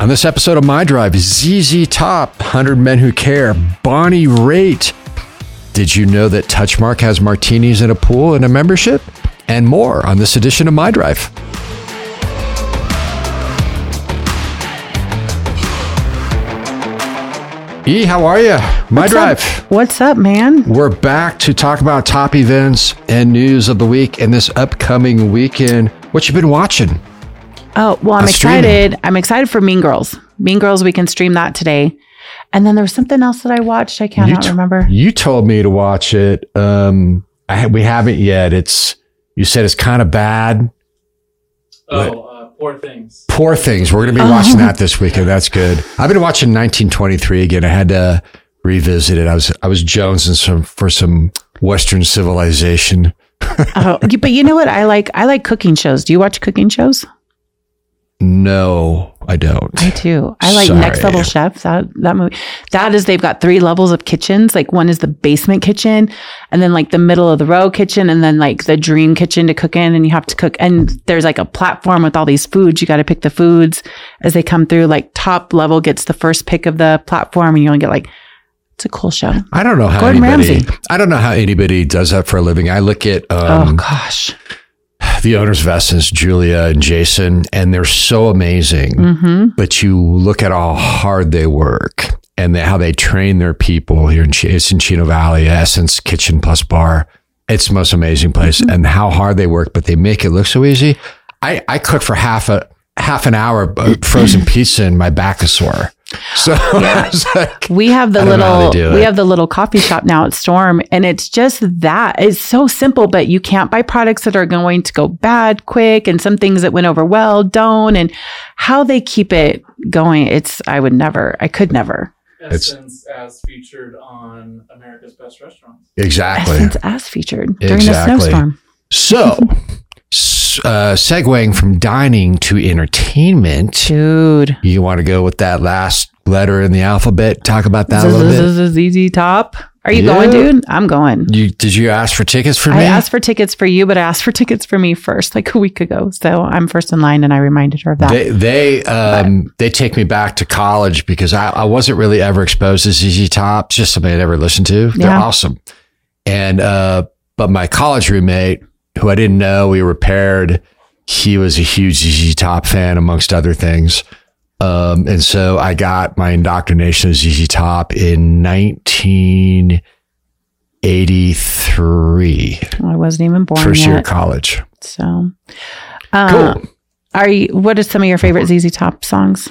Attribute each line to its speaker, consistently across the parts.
Speaker 1: On this episode of My Drive, ZZ Top, 100 Men Who Care, Bonnie Raitt. Did you know that Touchmark has martinis and a pool and a membership? And more on this edition of My Drive. E, how are you? My
Speaker 2: What's
Speaker 1: Drive.
Speaker 2: Up? What's up, man?
Speaker 1: We're back to talk about top events and news of the week and this upcoming weekend. What you been watching?
Speaker 2: Oh, well, I'm
Speaker 1: I'm streaming.
Speaker 2: excited. I'm excited for Mean Girls. Mean Girls, we can stream that today. And then there was something else that I watched. I
Speaker 1: You
Speaker 2: cannot
Speaker 1: t-
Speaker 2: remember.
Speaker 1: You told me to watch it. Um, I, ha- we haven't yet. It's you said it's kind of bad.
Speaker 3: Oh, uh, poor things.
Speaker 1: Poor things. We're
Speaker 2: Oh.
Speaker 1: going to be watching that this weekend. That's good. I've been watching 1923 again. I had to revisit it. I was I was jonesing some for some Western civilization.
Speaker 2: oh, you- but you know what? I like I like cooking shows. Do you watch cooking shows?
Speaker 1: No, I don't.
Speaker 2: I do. I like Next
Speaker 1: Sorry.
Speaker 2: Level Chef. That that movie. That is they've got three levels of kitchens. Like one is the basement kitchen, and then like the middle of the row kitchen, and then like the dream kitchen to cook in. And you have to cook. And there's like a platform with all these foods. You got to pick the foods as they come through. Like top level gets the first pick of the platform, and you only get like it's a cool show.
Speaker 1: I don't know how
Speaker 2: Gordon
Speaker 1: anybody.
Speaker 2: Ramsay.
Speaker 1: I don't know how anybody does that for a living. I look at um,
Speaker 2: oh gosh.
Speaker 1: the owners of Essence, Julia and Jason, and they're so amazing.
Speaker 2: Mm-hmm.
Speaker 1: But you look at how hard they work and how they train their people here in Ch- it's in Chino Valley, Essence Kitchen Plus Bar. It's the most amazing place, and how hard they work, but they make it look so easy. I, I cook for half a half an hour of frozen pizza, and my back is sore. So I was like,
Speaker 2: We have the
Speaker 1: I don't know how
Speaker 2: little
Speaker 1: they do
Speaker 2: we
Speaker 1: it.
Speaker 2: have the little coffee shop now at Storm and it's just that. It's so simple, but you can't buy products that are going to go bad quick and some things that went over well don't and how they keep it going. It's I would never. I could never.
Speaker 1: It's-
Speaker 3: Essence as featured on America's Best Restaurants.
Speaker 1: exactly.
Speaker 2: Essence as featured during the
Speaker 1: Exactly.
Speaker 2: snowstorm.
Speaker 1: So, s- uh, segueing from dining to entertainment,
Speaker 2: Dude.
Speaker 1: you want to go with that last letter in the alphabet? Talk about that a little bit.
Speaker 2: ZZ Top. Are you
Speaker 1: Yeah.
Speaker 2: going, dude? I'm going.
Speaker 1: You, did you ask for tickets for me?
Speaker 2: I asked for tickets for you, but I asked for tickets for me first, like a week ago. So I'm first in line, and I reminded her of that.
Speaker 1: They they um, they take me back to college because I, I wasn't really ever exposed to ZZ Top, just something I'd ever listened to. They're
Speaker 2: Yeah.
Speaker 1: awesome, and uh, but my college roommate, who I didn't know, we were paired. He was a huge ZZ Top fan, amongst other things, um, and so I got my indoctrination of ZZ Top in nineteen eighty three,
Speaker 2: I wasn't even born
Speaker 1: first
Speaker 2: yet.
Speaker 1: year of college.
Speaker 2: So,
Speaker 1: Cool.
Speaker 2: uh, are you? What are some of your favorite ZZ Top songs?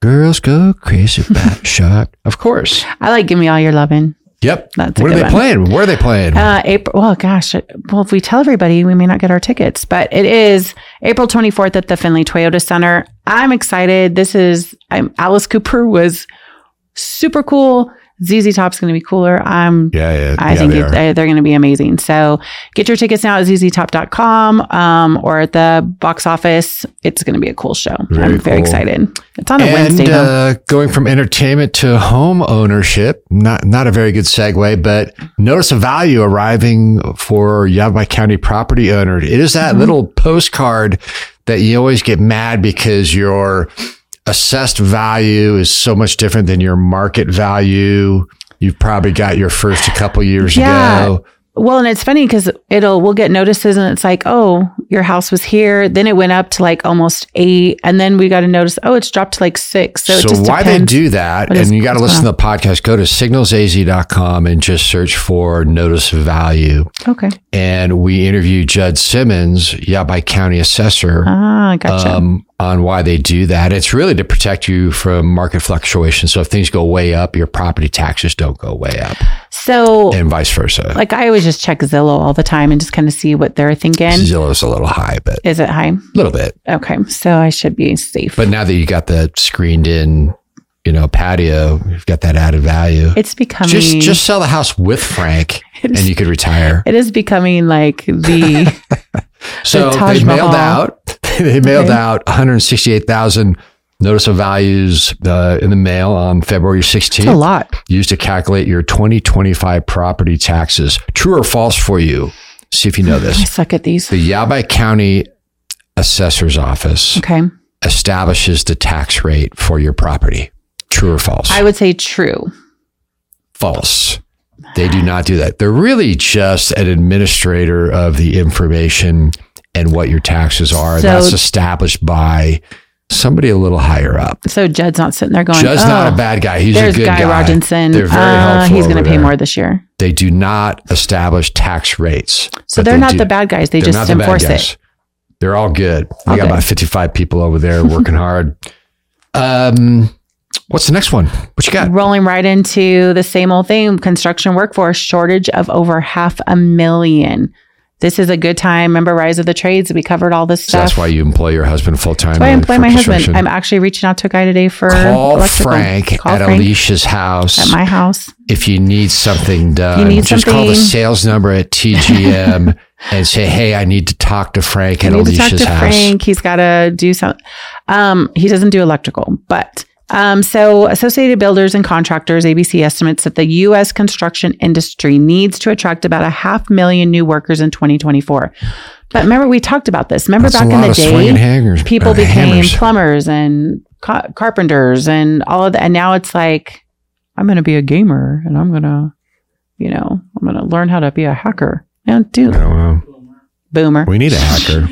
Speaker 1: Girls go crazy about shot. Of course.
Speaker 2: I like "Give Me All Your Lovin'."
Speaker 1: Yep.
Speaker 2: That's a
Speaker 1: what are
Speaker 2: good
Speaker 1: they
Speaker 2: one.
Speaker 1: playing? Where are they playing?
Speaker 2: Uh, April. Well, gosh. Well, if we tell everybody, we may not get our tickets, but it is April 24th at the Finley Toyota Center. I'm excited. This is. I'm Alice Cooper was super cool. ZZ Top's going to be cooler. I'm
Speaker 1: yeah, yeah.
Speaker 2: I
Speaker 1: yeah,
Speaker 2: think
Speaker 1: they
Speaker 2: it, uh,
Speaker 1: are.
Speaker 2: they're, they're going to be amazing. So get your tickets now at zztop.com um, or at the box office. It's going to be a cool show.
Speaker 1: Very
Speaker 2: I'm very
Speaker 1: cool.
Speaker 2: excited. It's on a
Speaker 1: and
Speaker 2: Wednesday, though.
Speaker 1: uh, going from entertainment to home ownership, not not a very good segue, but notice of value arriving for Yavapai County property owner. It is that
Speaker 2: Mm-hmm.
Speaker 1: little postcard that you always get mad because your assessed value is so much different than your market value. You've probably got your first a couple years
Speaker 2: Yeah.
Speaker 1: ago.
Speaker 2: Well, and it's funny because it'll, we'll get notices and it's like, oh, your house was here. Then it went up to like almost eight. And then we got a notice, oh, it's dropped to like six. So,
Speaker 1: So,
Speaker 2: it just
Speaker 1: why they
Speaker 2: depends.
Speaker 1: do that,
Speaker 2: What is-
Speaker 1: and you got to
Speaker 2: what's
Speaker 1: listen to the podcast, go to signalsaz.com and just search for notice of value.
Speaker 2: Okay.
Speaker 1: And we interviewed Judd Simmons, Yabai County Assessor,
Speaker 2: Ah, gotcha.
Speaker 1: um, on why they do that. It's really to protect you from market fluctuations. So if things go way up, your property taxes don't go way up,
Speaker 2: so,
Speaker 1: and vice versa.
Speaker 2: like, I always just check Zillow all the time and just kind of see what they're thinking.
Speaker 1: Zillow's a little high, but a
Speaker 2: Is it high?
Speaker 1: little bit.
Speaker 2: Okay. So I should be safe.
Speaker 1: But now that you got the screened in, you know, patio, you've got that added value.
Speaker 2: It's becoming
Speaker 1: just just sell the house with Frank,
Speaker 2: It
Speaker 1: and
Speaker 2: is-
Speaker 1: you could retire.
Speaker 2: it is becoming like the
Speaker 1: So
Speaker 2: The Taj
Speaker 1: they mailed
Speaker 2: Mahal.
Speaker 1: out. They mailed
Speaker 2: Okay.
Speaker 1: out 168,000 notice of values uh, in the mail on February 16th.
Speaker 2: it's a lot.
Speaker 1: Used to calculate your 2025 property taxes. True or false for you? See if you know
Speaker 2: I
Speaker 1: this.
Speaker 2: suck at these.
Speaker 1: The Yabai County Assessor's Office
Speaker 2: Okay.
Speaker 1: establishes the tax rate for your property. True or false?
Speaker 2: I would say true.
Speaker 1: false. They do not do that. They're really just an administrator of the information and what your taxes are.
Speaker 2: So-
Speaker 1: That's established by somebody a little higher up.
Speaker 2: So Judd's not sitting there going,
Speaker 1: Judd's
Speaker 2: oh,
Speaker 1: not a bad guy. He's a
Speaker 2: there's
Speaker 1: good
Speaker 2: Guy,
Speaker 1: guy.
Speaker 2: Rodinson.
Speaker 1: They're very
Speaker 2: uh,
Speaker 1: helpful
Speaker 2: he's going
Speaker 1: over
Speaker 2: to pay
Speaker 1: there.
Speaker 2: more this year.
Speaker 1: They do not establish tax rates.
Speaker 2: So
Speaker 1: but
Speaker 2: they're
Speaker 1: they
Speaker 2: not
Speaker 1: do-
Speaker 2: the bad guys. They
Speaker 1: they're
Speaker 2: just
Speaker 1: not the bad
Speaker 2: enforce it.
Speaker 1: guys. They're all good. We
Speaker 2: All
Speaker 1: got
Speaker 2: good.
Speaker 1: about 55 people over there working hard. Um, what's the next one? What you got?
Speaker 2: Rolling right into the same old thing construction workforce shortage of over half a million. This is a good time. Remember, Rise of the Trades? We covered all this
Speaker 1: So
Speaker 2: stuff.
Speaker 1: that's why you employ your husband full time.
Speaker 2: That's why I employ my husband. I'm actually reaching out to a guy today for
Speaker 1: Call
Speaker 2: electrical.
Speaker 1: Frank
Speaker 2: Call
Speaker 1: at
Speaker 2: Frank
Speaker 1: Alicia's house.
Speaker 2: at my house.
Speaker 1: if you need something done,
Speaker 2: need
Speaker 1: just call the
Speaker 2: something-
Speaker 1: sales number at TGM and say, "Hey, I need to talk to Frank
Speaker 2: I
Speaker 1: at
Speaker 2: need to talk
Speaker 1: Alicia's
Speaker 2: to
Speaker 1: house."
Speaker 2: Frank. He's got to do some. Um, he doesn't do electrical, but um, so Associated Builders and Contractors ABC estimates that the U.S. construction industry needs to attract about a half million new workers in 2024. But remember, we talked about this. Remember
Speaker 1: That's
Speaker 2: back
Speaker 1: a
Speaker 2: in
Speaker 1: lot
Speaker 2: the
Speaker 1: of swinging
Speaker 2: day,
Speaker 1: hangers,
Speaker 2: people
Speaker 1: uh,
Speaker 2: became
Speaker 1: hammers.
Speaker 2: plumbers and ca- carpenters and all of that, and now it's like I'm going to be a gamer and I'm going to, you know, I'm going to learn how to be a hacker. And
Speaker 1: I
Speaker 2: dude,
Speaker 1: don't know.
Speaker 2: boomer,
Speaker 3: Boomer.
Speaker 1: We need a hacker.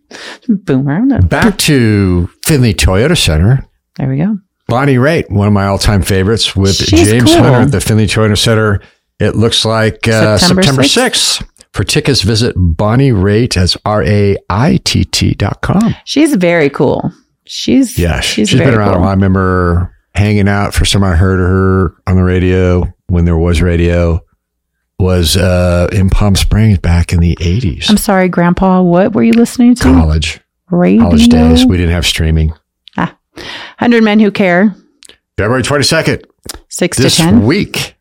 Speaker 2: boomer. I'm not,
Speaker 1: Back to Finley Toyota Center.
Speaker 2: there we go.
Speaker 1: Bonnie Raitt, one of my all-time favorites, with
Speaker 2: She's
Speaker 1: James
Speaker 2: cool.
Speaker 1: Hunter at the Finley Toyota Center. It looks like uh,
Speaker 2: September
Speaker 1: September
Speaker 2: 6th.
Speaker 1: 6th. For tickets, visit Bonnie Raitt as R A I T T dot com.
Speaker 2: She's very cool. She's
Speaker 1: Yeah,
Speaker 2: She's,
Speaker 1: she's
Speaker 2: very
Speaker 1: been around
Speaker 2: cool.
Speaker 1: a while. I remember hanging out for some. I heard her on the radio when there was radio. Was uh, in Palm Springs back in the eighties.
Speaker 2: I'm sorry, Grandpa. What were you listening to?
Speaker 1: College,
Speaker 2: Radio.
Speaker 1: college days. We didn't have streaming.
Speaker 2: Hundred men who care.
Speaker 1: February twenty second
Speaker 2: Six
Speaker 1: this
Speaker 2: to ten
Speaker 1: week.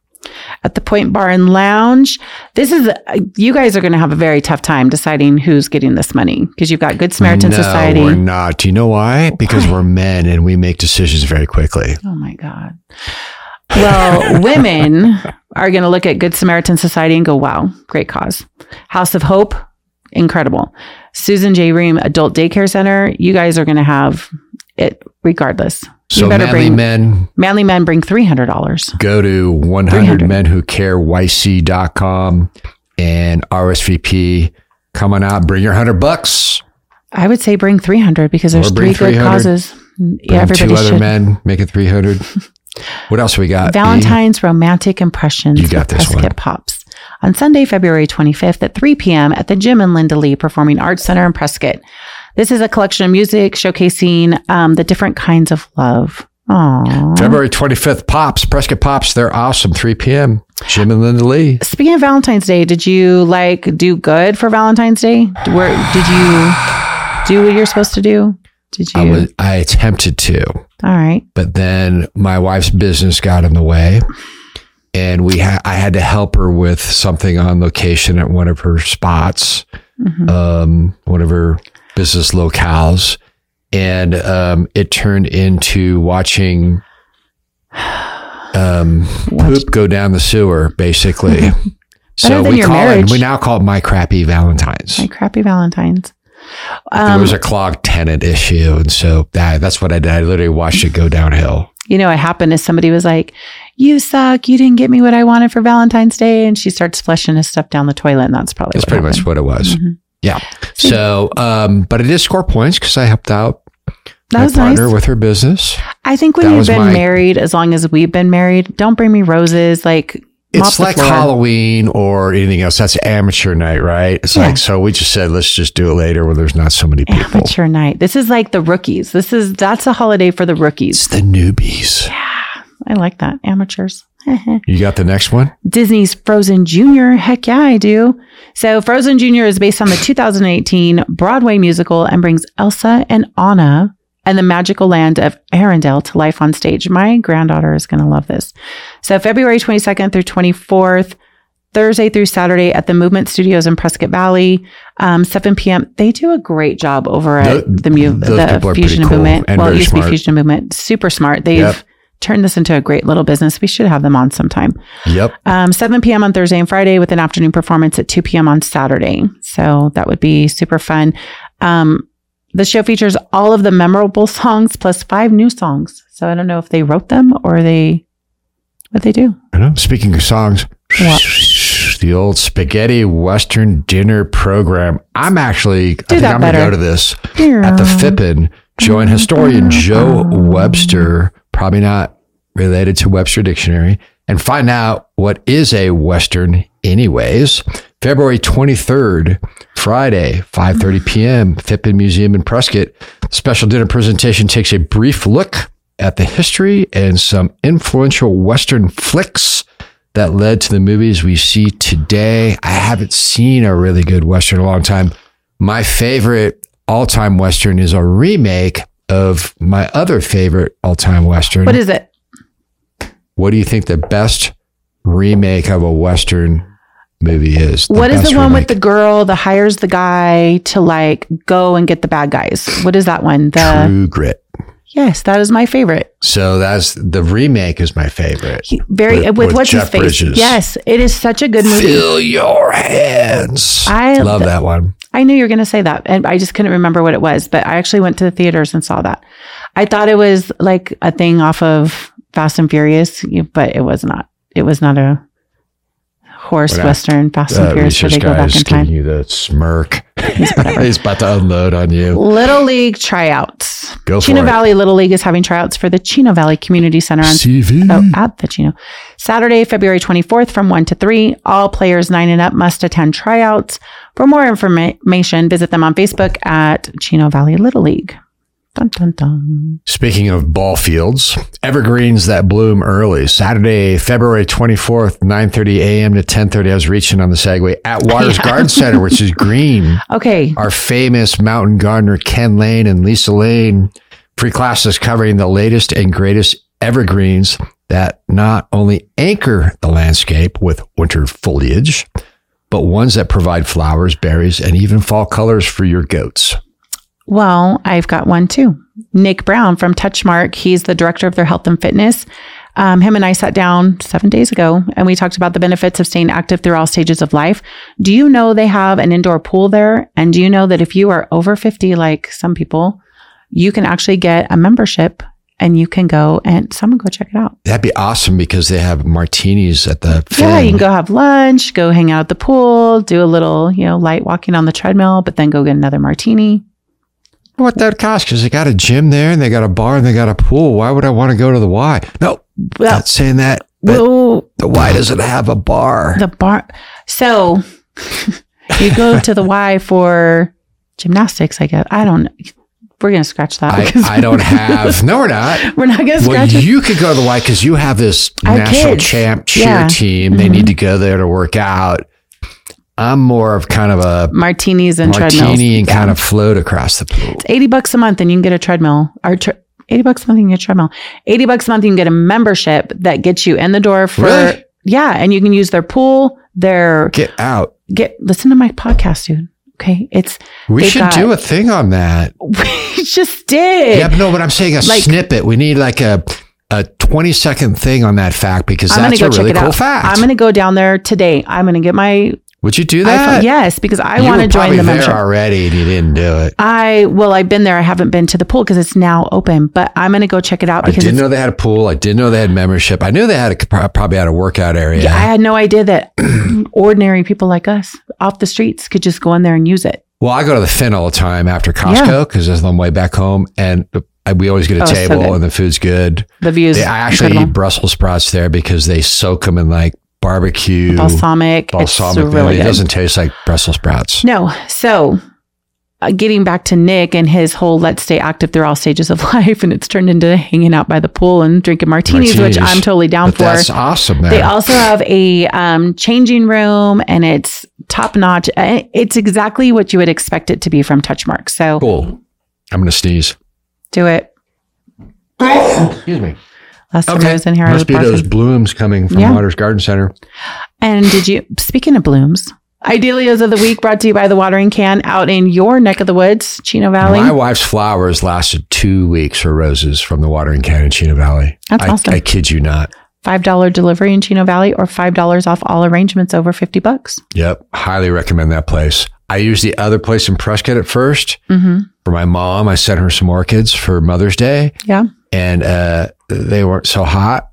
Speaker 2: at the Point Bar and Lounge. This is uh, you guys are going to have a very tough time deciding who's getting this money because you've got Good Samaritan
Speaker 1: no,
Speaker 2: Society.
Speaker 1: we're not. Do you know why? Because we're men and we make decisions very quickly.
Speaker 2: Oh my God. Well, women are going to look at Good Samaritan Society and go, wow, great cause. House of Hope, incredible. Susan J. Ream Adult Daycare Center, you guys are going to have it regardless.
Speaker 1: So
Speaker 2: better
Speaker 1: manly
Speaker 2: bring-
Speaker 1: men
Speaker 2: Manly men bring $300.
Speaker 1: go to 100
Speaker 2: 300.
Speaker 1: men who care YC.com and RSVP. Come on out, bring your 100 bucks.
Speaker 2: I would say bring 300 because
Speaker 1: Or
Speaker 2: there's
Speaker 1: bring
Speaker 2: three good
Speaker 1: 300.
Speaker 2: causes. Mm,
Speaker 1: Bring
Speaker 2: Yeah, everybody
Speaker 1: two other
Speaker 2: should.
Speaker 1: men, make it 300. what else we got?
Speaker 2: Valentine's Romantic Impressions
Speaker 1: Uh, You got
Speaker 2: with
Speaker 1: this one.
Speaker 2: Prescott Pops on Sunday, February 25th at 3 p.m. at the Jim and Linda Lee Performing Arts Center in Prescott. This is a collection of music showcasing um, the different kinds of love. Aww.
Speaker 1: B? February 25th, Pops, Prescott Pops. They're awesome. 3 p.m. Jim and Linda Lee.
Speaker 2: Speaking of Valentine's Day, did you like do good for Valentine's Day? Where did you do what you're supposed to do? Did you?
Speaker 1: I, was, I attempted to,
Speaker 2: All right.
Speaker 1: but then my wife's business got in the way. And we ha- I had to help her with something on location at one of her spots.
Speaker 2: Mhm.
Speaker 1: um, one of her business locales, and um, it turned into watching um,
Speaker 2: Watch-
Speaker 1: poop go down the sewer, basically.
Speaker 2: Better
Speaker 1: so
Speaker 2: than
Speaker 1: we
Speaker 2: your
Speaker 1: call
Speaker 2: marriage.
Speaker 1: it. We now call it my crappy Valentine's.
Speaker 2: My crappy Valentine's.
Speaker 1: there
Speaker 2: Um,
Speaker 1: was a clogged tenant issue, and so that, that's what I did. I literally watched it go downhill.
Speaker 2: you know, it happened is somebody was like, You suck. You didn't get me what I wanted for Valentine's Day. And she starts flushing his stuff down the toilet. And that's probably
Speaker 1: That's pretty much what it was.
Speaker 2: Mhm.
Speaker 1: Yeah. So, um, but it did score points because I helped out
Speaker 2: That
Speaker 1: my
Speaker 2: was nice.
Speaker 1: partner with her business.
Speaker 2: I think when
Speaker 1: that
Speaker 2: you've
Speaker 1: was
Speaker 2: been
Speaker 1: my-
Speaker 2: married, as long as we've been married, don't bring me roses. Like, mop
Speaker 1: it's
Speaker 2: the
Speaker 1: like
Speaker 2: floor.
Speaker 1: Halloween or anything else. That's amateur night, right? It's
Speaker 2: Yeah.
Speaker 1: like so we just said let's just do it later when there's not so many people.
Speaker 2: Amateur night. This is like the rookies. This is that's a holiday for the
Speaker 1: It's
Speaker 2: rookies.
Speaker 1: the newbies.
Speaker 2: I like that. Amateurs.
Speaker 1: You got the next one?
Speaker 2: Disney's Frozen Jr. Heck yeah, I do. So, Frozen Jr. is based on the 2018 Broadway musical and brings Elsa and Anna and the magical land of Arendelle to life on stage. My granddaughter is going to love this. So, February 22nd through 24th, Thursday through Saturday at the Movement Studios in Prescott Valley, um, 7 p.m. They do a great job over at
Speaker 1: Tho-
Speaker 2: the, mu-
Speaker 1: those people
Speaker 2: the
Speaker 1: are pretty
Speaker 2: Fusion and
Speaker 1: cool
Speaker 2: Movement.
Speaker 1: and
Speaker 2: well, it
Speaker 1: very
Speaker 2: used to be
Speaker 1: smart.
Speaker 2: Fusion and Movement. Super smart. They've
Speaker 1: Yep.
Speaker 2: turned this into a great little business. We should have them on sometime
Speaker 1: Yep.
Speaker 2: um, 7 p.m. on Thursday and Friday with an afternoon performance at 2 p.m. on Saturday. So that would be super fun. Um, The show features all of the memorable songs plus five new songs. So I don't know if they wrote them or they what they do.
Speaker 1: I know. Speaking of songs,
Speaker 2: What?
Speaker 1: the old spaghetti Western dinner program. I'm actually, I think
Speaker 2: that
Speaker 1: I'm going to go
Speaker 2: better.
Speaker 1: to this at the Fippin. Join historian Joe Webster, probably not related to Webster Dictionary, and find out what is a Western, anyways. February 23rd, Friday, 5:30 p.m., Fippin Museum in Prescott. Special dinner presentation takes a brief look at the history and some influential Western flicks that led to the movies we see today. I haven't seen a really good Western in a long time. My favorite all time Western is a remake of my other favorite all time Western.
Speaker 2: What is it?
Speaker 1: what do you think the best remake of a Western movie is?
Speaker 2: What is
Speaker 1: best
Speaker 2: the one
Speaker 1: remake?
Speaker 2: with the girl that hires the guy to like go and get the bad guys? What is that one? The
Speaker 1: True Grit?
Speaker 2: yes, that is my favorite.
Speaker 1: So that's the remake is my favorite.
Speaker 2: He- very
Speaker 1: With-
Speaker 2: with,
Speaker 1: with
Speaker 2: what's
Speaker 1: Jeff
Speaker 2: his face?
Speaker 1: Bridges.
Speaker 2: Yes, it is such a good movie.
Speaker 1: Fill your hands.
Speaker 2: I-
Speaker 1: love that one.
Speaker 2: I knew you were going to say that, and I just couldn't remember what it was. But I actually went to the theaters and saw that. I thought it was like a thing off of Fast and Furious, you- but it was not. It was not a horse
Speaker 1: What I-
Speaker 2: western Fast and
Speaker 1: That
Speaker 2: Furious where
Speaker 1: research
Speaker 2: they go
Speaker 1: guy
Speaker 2: back
Speaker 1: is
Speaker 2: in time.
Speaker 1: giving you the smirk. He's about to unload on you.
Speaker 2: Little League tryouts.
Speaker 1: Go for
Speaker 2: Chino
Speaker 1: it.
Speaker 2: Valley Little League is having tryouts for the Chino Valley Community Center on
Speaker 1: CV.
Speaker 2: Oh, at the Chino. Saturday, February 24th from 1 to 3. All players 9 and up must attend tryouts. For more information, visit them on Facebook at Chino Valley Little League. Dun, dun, dun.
Speaker 1: Speaking of ball fields, evergreens that bloom early. Saturday, February 24th, 9.30 a.m. to 10.30. I was reaching on the segue at Waters Garden Center, which is green.
Speaker 2: Okay.
Speaker 1: Our famous mountain gardener, Ken Lane and Lisa Lane. Free classes covering the latest and greatest evergreens that not only anchor the landscape with winter foliage, but ones that provide flowers, berries, and even fall colors for your goats.
Speaker 2: Well, I've got one too. Nick Brown from Touchmark. He's the director of their health and fitness. Um, him and I sat down seven days ago and we talked about the benefits of staying active through all stages of life. Do you know they have an indoor pool there? And do you know that if you are over 50, like some people, you can actually get a membership and you can go and someone go check it out.
Speaker 1: That'd be awesome because they have martinis at the
Speaker 2: Yeah, you
Speaker 1: Finn.
Speaker 2: can go have lunch, go hang out at the pool, do a little, you know, light walking on the treadmill, but then go get another martini.
Speaker 1: What that cost? Because they got a gym there and they got a bar and they got a pool. Why would I want to go to the Y? No,
Speaker 2: Well,
Speaker 1: not saying that. But
Speaker 2: well
Speaker 1: the Y doesn't have a bar.
Speaker 2: the bar. So you go to the Y for gymnastics, I guess. I don't. We're gonna scratch that
Speaker 1: I,
Speaker 2: because
Speaker 1: I don't have. No, we're not.
Speaker 2: we're not gonna
Speaker 1: Well,
Speaker 2: scratch it.
Speaker 1: you could go to the Y because you have this
Speaker 2: Our
Speaker 1: national
Speaker 2: kids.
Speaker 1: champ cheer
Speaker 2: Yeah.
Speaker 1: team. They
Speaker 2: Mhm.
Speaker 1: need to go there to work out. I'm more of kind of a
Speaker 2: Martinis and treadmills.
Speaker 1: martini and kind
Speaker 2: Yeah.
Speaker 1: of float across the pool.
Speaker 2: It's eighty bucks a month, and you can get a treadmill or. Tre- 80 bucks a month, you can get a treadmill. 80 bucks a month, you can get a membership that gets you in the door for,
Speaker 1: Really?
Speaker 2: yeah. And you can use their pool, their
Speaker 1: Get out.
Speaker 2: get, listen to my podcast, dude. Okay. It's,
Speaker 1: We
Speaker 2: They
Speaker 1: should
Speaker 2: got-
Speaker 1: do a thing on that.
Speaker 2: we just did.
Speaker 1: Yeah, but no, but I'm saying a
Speaker 2: Like-
Speaker 1: snippet. We need like a a 20 second thing on that fact because
Speaker 2: I'm
Speaker 1: that's
Speaker 2: gonna
Speaker 1: a
Speaker 2: go check
Speaker 1: really
Speaker 2: it
Speaker 1: cool
Speaker 2: out.
Speaker 1: fact.
Speaker 2: I'm going to go down there today. I'm going to get my
Speaker 1: Would you do
Speaker 2: iPhone.
Speaker 1: that?
Speaker 2: Yes, because I
Speaker 1: You
Speaker 2: want
Speaker 1: were
Speaker 2: to join
Speaker 1: probably
Speaker 2: the
Speaker 1: there
Speaker 2: membership.
Speaker 1: already and you didn't do it.
Speaker 2: I well, I've been there. I haven't been to the pool because it's now open, but I'm going to go check it out
Speaker 1: I
Speaker 2: because
Speaker 1: didn't know
Speaker 2: it's-
Speaker 1: they had a pool. I didn't know they had membership. I knew they had a, probably had a workout area.
Speaker 2: I had no idea that ordinary people like us off the streets could just go in there and use it.
Speaker 1: Well, I go to the Finn all the time after Costco because that's on the way back home, and I- we always get a
Speaker 2: Oh, so
Speaker 1: table,
Speaker 2: good.
Speaker 1: and the food's good.
Speaker 2: The views,
Speaker 1: They, I actually eat
Speaker 2: incredible.
Speaker 1: Brussels sprouts there because they soak them in like barbecue
Speaker 2: balsamic.
Speaker 1: balsamic
Speaker 2: it's
Speaker 1: vinegar.
Speaker 2: really
Speaker 1: It
Speaker 2: good.
Speaker 1: doesn't taste like Brussels sprouts.
Speaker 2: No. So, uh, getting back to Nick and his whole let's stay active through all stages of life, and it's turned into hanging out by the pool and drinking martinis,
Speaker 1: Martinis.
Speaker 2: which I'm totally down
Speaker 1: But
Speaker 2: for.
Speaker 1: that's awesome. There.
Speaker 2: They also have a um, changing room, and it's top notch. Uh, It's exactly what you would expect it to be from Touchmark. So
Speaker 1: cool. I'm gonna sneeze.
Speaker 2: do it.
Speaker 1: Excuse me.
Speaker 2: Last time
Speaker 1: Okay.
Speaker 2: I was in here, I was
Speaker 1: Must be those
Speaker 2: barfing.
Speaker 1: blooms coming from
Speaker 2: Yeah.
Speaker 1: Waters Garden Center.
Speaker 2: And did you? Speaking of blooms, Idealias of the week brought to you by the Watering Can out in your neck of the woods, Chino Valley.
Speaker 1: My wife's flowers lasted two weeks for roses from the watering can in Chino Valley.
Speaker 2: That's
Speaker 1: I,
Speaker 2: awesome.
Speaker 1: I kid you not.
Speaker 2: $5 delivery in Chino Valley or $5 off all arrangements over 50 bucks.
Speaker 1: Yep. Highly recommend that place. I used the other place in Prescott at first.
Speaker 2: Mm-hmm.
Speaker 1: for my mom. I sent her some orchids for Mother's Day
Speaker 2: Yeah.
Speaker 1: and uh, they weren't so hot.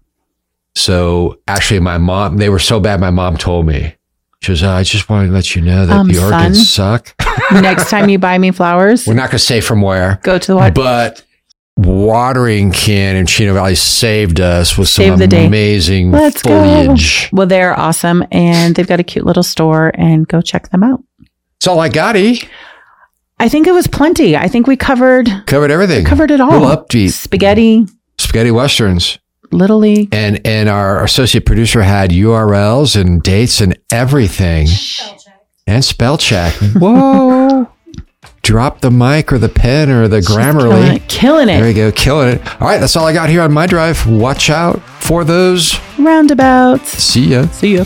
Speaker 1: So actually, my mom, they were so bad. My mom told me, she was, "Uh, I just wanted to let you know that
Speaker 2: Um,
Speaker 1: the
Speaker 2: son?
Speaker 1: orchids suck.
Speaker 2: Next time you buy me flowers,
Speaker 1: We're not going to say from where,
Speaker 2: go to the water.
Speaker 1: but watering can in Chino Valley saved us with some
Speaker 2: Saved the day.
Speaker 1: amazing
Speaker 2: Let's go.
Speaker 1: foliage.
Speaker 2: Well, they're awesome and they've got a cute little store and go check them out.
Speaker 1: That's all I got. E
Speaker 2: I think it was plenty. I think we covered
Speaker 1: covered everything.
Speaker 2: covered it all.
Speaker 1: We'll update
Speaker 2: Spaghetti,
Speaker 1: spaghetti westerns.
Speaker 2: Little League.
Speaker 1: And and our associate producer had URLs and dates and everything. And spell check. Whoa. Drop the mic or the pen or the
Speaker 2: Killing
Speaker 1: Grammarly.
Speaker 2: it. Killing
Speaker 1: There
Speaker 2: it.
Speaker 1: you go, killing it. All right, that's all I got here on my drive. Watch out for those.
Speaker 2: Roundabouts.
Speaker 1: See ya.
Speaker 2: See ya.